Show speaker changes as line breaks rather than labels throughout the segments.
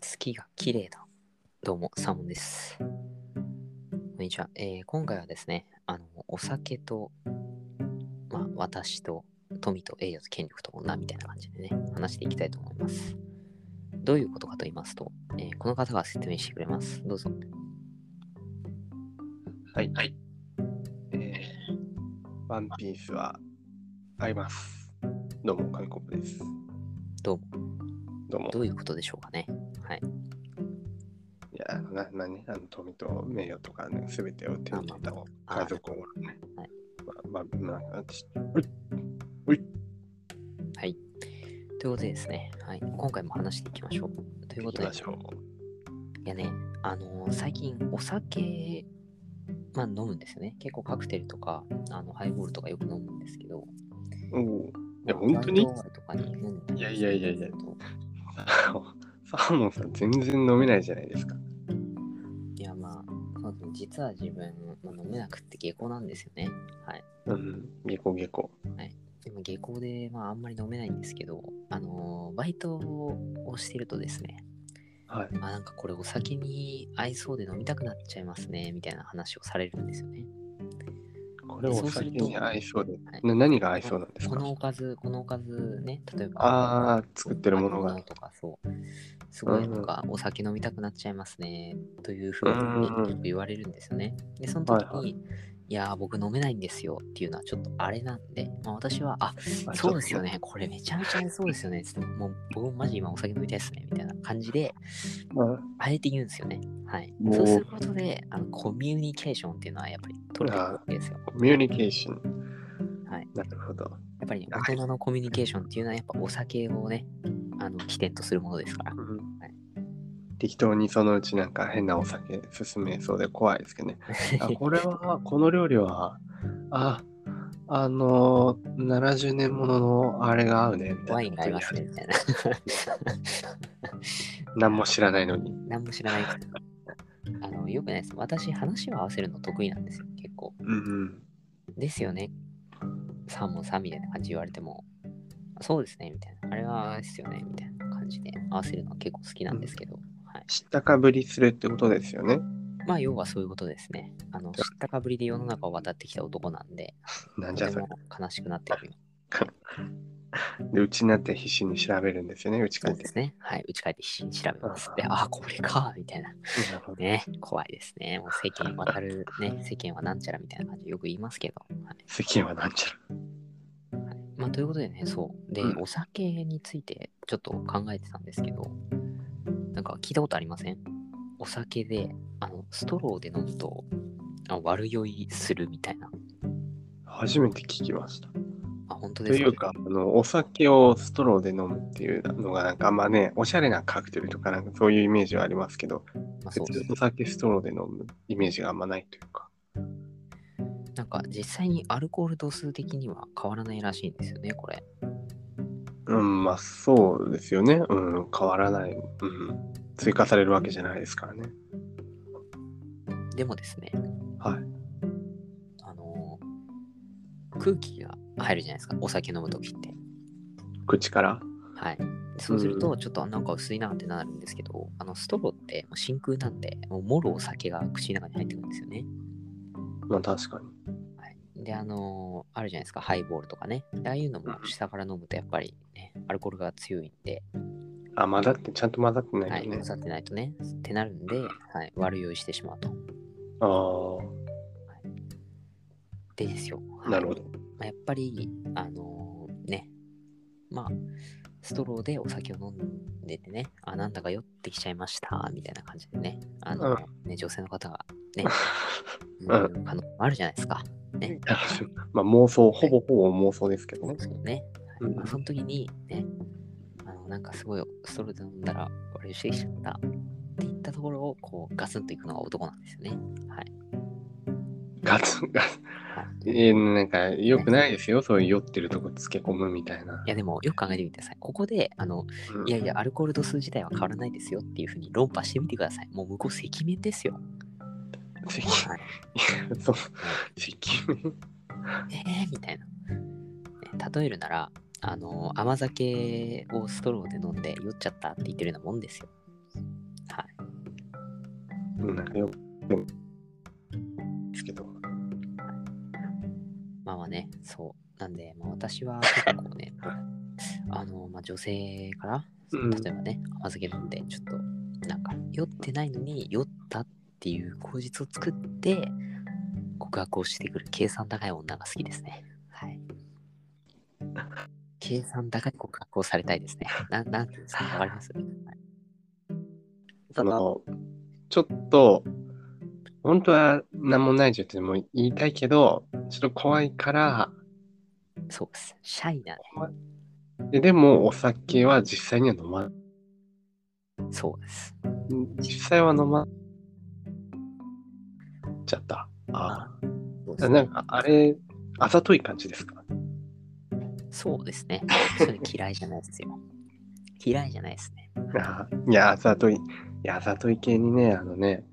月が綺麗だ。どうも、サーモンです。こんにちは。えー今回はですね、あの、お酒と、まあ、私と、富と栄誉と権力と女みたいな感じでね、話していきたいと思います。どういうことかと言いますと、えーこの方が説明してくれます。どうぞ。
はい。えーワンピースはあります。どうも、カミコップです。
どうも、
どうも。
どういうことでしょうかね。はい。
いや、な、なに、あの、富と名誉とかね、すべてを手に入れた
あまあ
家族をね
はい。
まあ、まあ、まあ、ち
ということでですね、はい、今回も話していきましょう。という
行
こ
き
とで
ま、しょ
いやね、あのー最近お酒、まあ飲むんですよね。結構カクテルとか、あのハイボールとかよく飲むんですけど。
う。おお。いや、
まあ
本当に
バンド終わりとかに飲んだり
いやいやいやいや
すると
サーモンさん、全然飲めないじゃないですか。
いやまあ、そうですね実は自分、まあ、飲めなくって下校なんですよね。はい。
うん。下校下校。
でも下校で、まああんまり飲めないんですけど、あのーバイトをしてるとですね、
はい。
あ、なんかこれお酒に合いそうで飲みたくなっちゃいますね、みたいな話をされるんですよね。
これお酒に合いそうで。
はい
な、何が合いそうなんです
こ
か
のおかず、このおかずね、例えば。
ああ、作ってるもの
あ
が。
とかそう。すごい
うん
なんかお酒飲みたくなっちゃいますね。というふうに
うんうん
言われるんですよね。で、その時に、、
はいはい
やー、僕飲めないんですよっていうのはちょっとあれなんで、まあ、私は、あ、
あ
そうですよ。ね。これめちゃめちゃそうですよね。つってもう僕マジ今お酒飲みたいですね。みたいな感じで、
ちょっとうん
あえて言うんですよね。はい。
もう
そうすることで、あのコミュニケーションっていうのはやっぱり取れてくるわけですよ。
コミュニケーション。
はい。
なるほど。
やっぱりね大人のコミュニケーションっていうのはやっぱお酒をね、あの起点とするものですから。はい
適当にそのうちなんか変なお酒進めそうで怖いで すけどね。 あこれは、この料理は、あ、あのー、70年もののあれが合うねみた
ワ
い
イン
な
が
こ
あ
と
り
に。
ますね、みたいな。
何も知らないのに。
何も知らないけど。あの、よくないです。私、話を合わせるの得意なんですよ、結構。
うんうん。
ですよね。サーモンさんみたいな感じ言われても、そうですね、みたいな。あれはあれですよね、みたいな感じで合わせるのは結構好きなんですけど。はい、
知ったかぶりするってことですよね。
まあ、要はそういうことですね。あの、知ったかぶりで世の中を渡ってきた男なんで、
なんじ
と
ゃ
て
それ
も。悲しくなってくる。
で、うちになって必死に調べるんですよね、うち帰
そ
っ
うで
て。
すね。はい、うち帰って必死に調べます
う。ん
で、ああ、これか、みたいな。
なるほど
ね、怖いですね。もう世間渡る、ね、世間はなんちゃらみたいな感じでよく言いますけど。はい
世間はなんちゃ
はいまあ、ということでね、そう。で、
うん
お酒についてちょっと考えてたんですけど、なんか聞いたことありませんお酒で、あの、ストローで飲むと、あ悪酔いするみたいな。
ら。初めて聞きました。
あ、本当
と
です
いうか、あの、お酒をストローで飲むっていうのが、なんかあんまね、おしゃれなカクテルとか、なんかそういうイメージはありますけど、
まあ、
普
そう
通お酒ストローで飲むイメージがあんまないというか。
なんか実際にアルコール度数的には変わらないらしいんですよね、これ。
うん、まあそうですよね。うん、変わらない。うん。追加されるわけじゃないですからね。
でもですね、
はい。
あの空気が入るじゃないですか、お酒飲むときって。
口から。
はい。そうすると、ちょっとあなんか薄いなってなるんですけど、あのストローってもう真空なんで、もうもろお酒が口の中に入ってくるんですよね。
まあ確かに。
はい、で、あのーあるじゃないですか、ハイボールとかね。でああいうのも
うん
下から飲むとやっぱりね、アルコールが強いんで、
あ、混ざって、ちゃんと混ざってな
はいい、
よね
混。ざってないとね、ってなるんで、はい、悪酔いしてしまうと。
ああ
でですよ。は
ー、
い
なるほど。
まあ、やっぱり、あのーね、まあ、ストローでお酒を飲んでてね、あ、なんだか酔ってきちゃいました、みたいな感じでね、あのーね女性の方がね、
ん
飲む可能性もあるじゃないですか。
まあ妄想、ほぼほぼ妄想ですけど
そう
ね
で。すよね。
う
はい
ん
まあ、その時に、ね、あの、なんかすごいストローで飲んだら、俺、酔してきちゃった。っていったところを、こう、ガツンといくのが男なんですよね。はい。
ガツンガツン。
はい、
えー、なんか良くないですよ。そういう酔ってるとこつけ込むみたいな。
いや、でも、よく考えてみてください。ここで、あの、
うん
いやいや、アルコール度数自体は変わらないですよっていうふうに論破してみてください。もう向こう、赤面です よ。
赤
はい
面 そう。赤面。
えー、みたいな。ね例えるなら、あの、甘酒をストローで飲んで酔っちゃったって言ってるようなもんですよ。
うんなんかよく、ですけど。
まあまあね、そう。なんで、まあ、私は結構ね、 あの、まあ、女性から、
うん
例えばね、甘酒飲んで、ちょっと、なんか、酔ってないのに、酔ったっていう口実を作って、告白をしてくる計算高い女が好きですね。 はい。計算高い告白をされたいですね。ななんていうんですか、わかります、はい、
あの、ちょっと、本当は何もないじゃんっても言いたいけど、ちょっと怖いから、
そうです。シャイな、ね、
ででもお酒は実際には飲まない。
そうです。
実際は飲まちゃった。あ
そうで
あ。
す
な
ね
んか、あれ、あざとい感じですか
そうです ね。それ嫌いじゃないですよ。嫌いじゃないですね。
あ いや、あざとい。いや、あざとい系にね、あのね、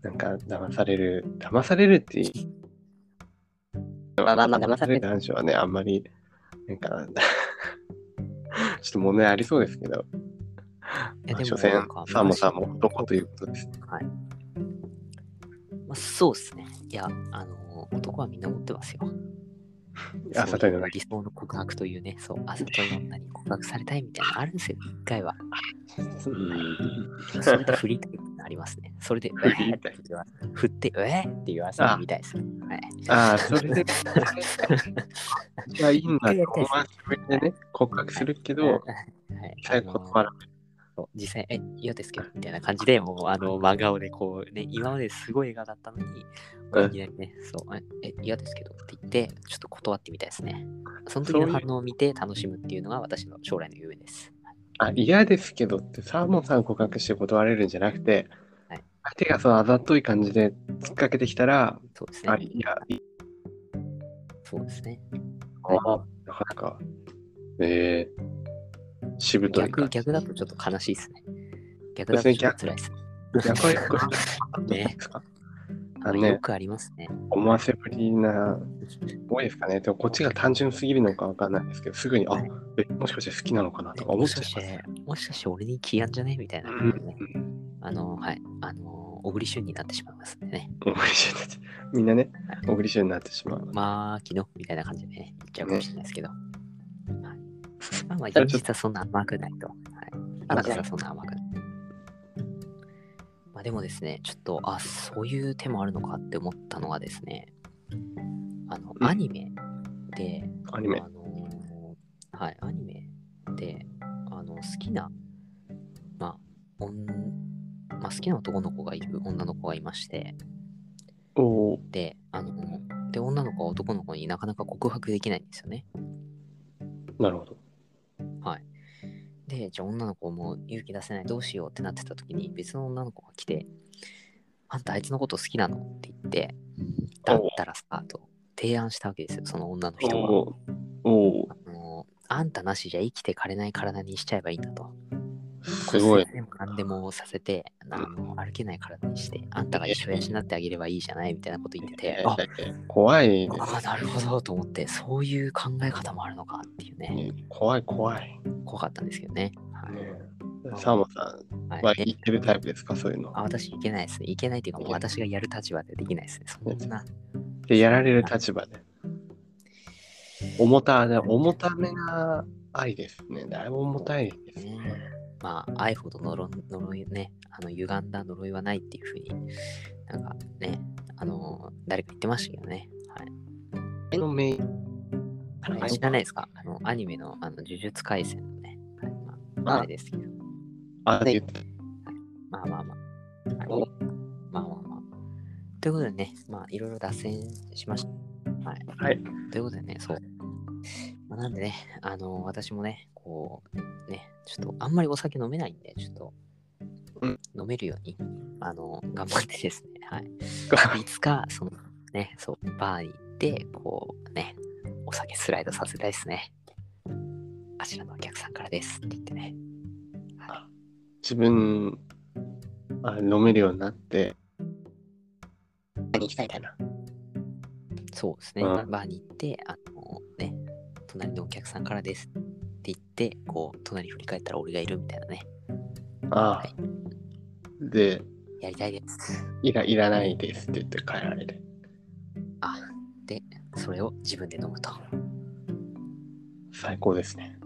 なんか、騙される、騙されるっていう。
まあまあまあ
騙される話はね、あんまり、なんか、 ちょっと問題ありそうですけど、
いや
まあ
で
所
も
詮
なんか、
さもさも
昔
男ということです。
はい。まあ、そうですね。いや、あの男はみんな持ってますよ。
あざといの
そう
が
う理想の告白というね、そう、あざとい女に告白されたいみたいなのあるんですよ、一回は。
うん
それで振りたいってのありますね。それで、
振りたい
えーって言われ振って、えーって言わせるみたいです。はい。
ああ、それ で、じゃあいいんだ
一回や
と
りたいで
思
す
わせぶりでね、告白するけ
はい
ど、実
はい
際断らない。
そう実際、え、嫌ですけど、みたいな感じで、もう、あの、真顔で、こう、ね、今まですごい笑顔だったのに、
うん
いきなりね、そう、ええ、嫌ですけどって言って、ちょっと断ってみたいですね。その時の
そういう
反応を見て楽しむっていうのが私の将来の夢です。
あ嫌ですけどってサーモンさん告白して断れるんじゃなくて、
はい
相手がそのあざとい感じで突っかけてきたら、
そうです
あ
ね。
いや、いい
そうですね。
のなかなか、えー、しぶといか
逆、逆だとちょっと悲しいですね。逆だとちょっと辛いですね。
逆はよくある
ね
ですか
あの
ね
よくありますね。
思わせぶりな、多いですかね。でもこっちが単純すぎるのかわかんないですけど、すぐに、あ
はい、
え、もしかして好きなのかなとか思
も
っ
し
ちゃ
か
い
し
ます
て、もしかして俺に気やんじゃねみたいな、
うん
ね。あの、はい。あの、小栗旬になってしまいますんでね。
小栗旬になっちゃうみんなね、小栗旬になってしまう。
まあ、昨日みたいな感じでね、言っちゃうかもしれないですけど。はいまあまあ、
じゃあちょっと
実はそんな甘くないと。はい、
あ
実はそんな甘くない。まあでもですね、ちょっと、あ、そういう手もあるのかって思ったのがですね、あの、
うん
アニメで、
アニメ。
あのーはい、アニメで、あの、好きな、まあ、おんまあ、好きな男の子がいる女の子がいまして、
おー
で、あの、で、女の子は男の子になかなか告白できないんですよね。
なるほど。
はい。で、じゃあ女の子も勇気出せない、どうしようってなってた時に、別の女の子が来て、あんたあいつのこと好きなのって言って、だったらさ、と提案したわけですよ、その女の人が。
おーおー
あのあんたなしじゃ生きてかれない体にしちゃえばいいんだと。
すごい。
でも何でもさせて、あの歩けない体にして、あんたが一緒に養ってあげればいいじゃないみたいなこと言ってて、あ
怖いです
ああ、なるほどと思って、そういう考え方もあるのかっていうね、
ね。怖い怖い。
怖かったんですけどね。はい
ねサーモンさん
は
はい言ってるタイプですかそういうの
あ。私、いけないですね。いけないというか、もう
ね
私がやる立場でできないですね。そんな、
で、やられる立場で。重たね、重ためな愛ですね。だいぶ重たいですね。
ね、まあ、愛ほど呪呪いね、あの歪んだ呪いはないっていうふうに、なんかね、あの誰か言ってましたけどね。はい
あの名
あの、知らないですかあのアニメのあの呪術廻戦のね、はいまあ、
あ
あれですけど、
あれ言って
まあまあまあ。
お
まあまあまあ。ということでね、まあいろいろ脱線しました。はい。
はい
ということでね、そう。まあ、なんでね、あの私もね、こう、ね、ちょっとあんまりお酒飲めないんで、ちょっと、
うん
飲めるように、あの頑張ってですね、はい。
た。
いつか、その、ね、そう、バーに行って、こう、ね、お酒スライドさせたいですね。あちらのお客さんからですって言ってね。
自分あ飲めるようになって。何行きたいかな。
そうですね、
うん
バーに行って、あのね、隣のお客さんからですって言って、こう、隣振り返ったら俺がいるみたいなね。
ああ
はい。
で、
やりたいです。
いらいらないですって言って帰られて。
あ、で、それを自分で飲むと。
最高ですね。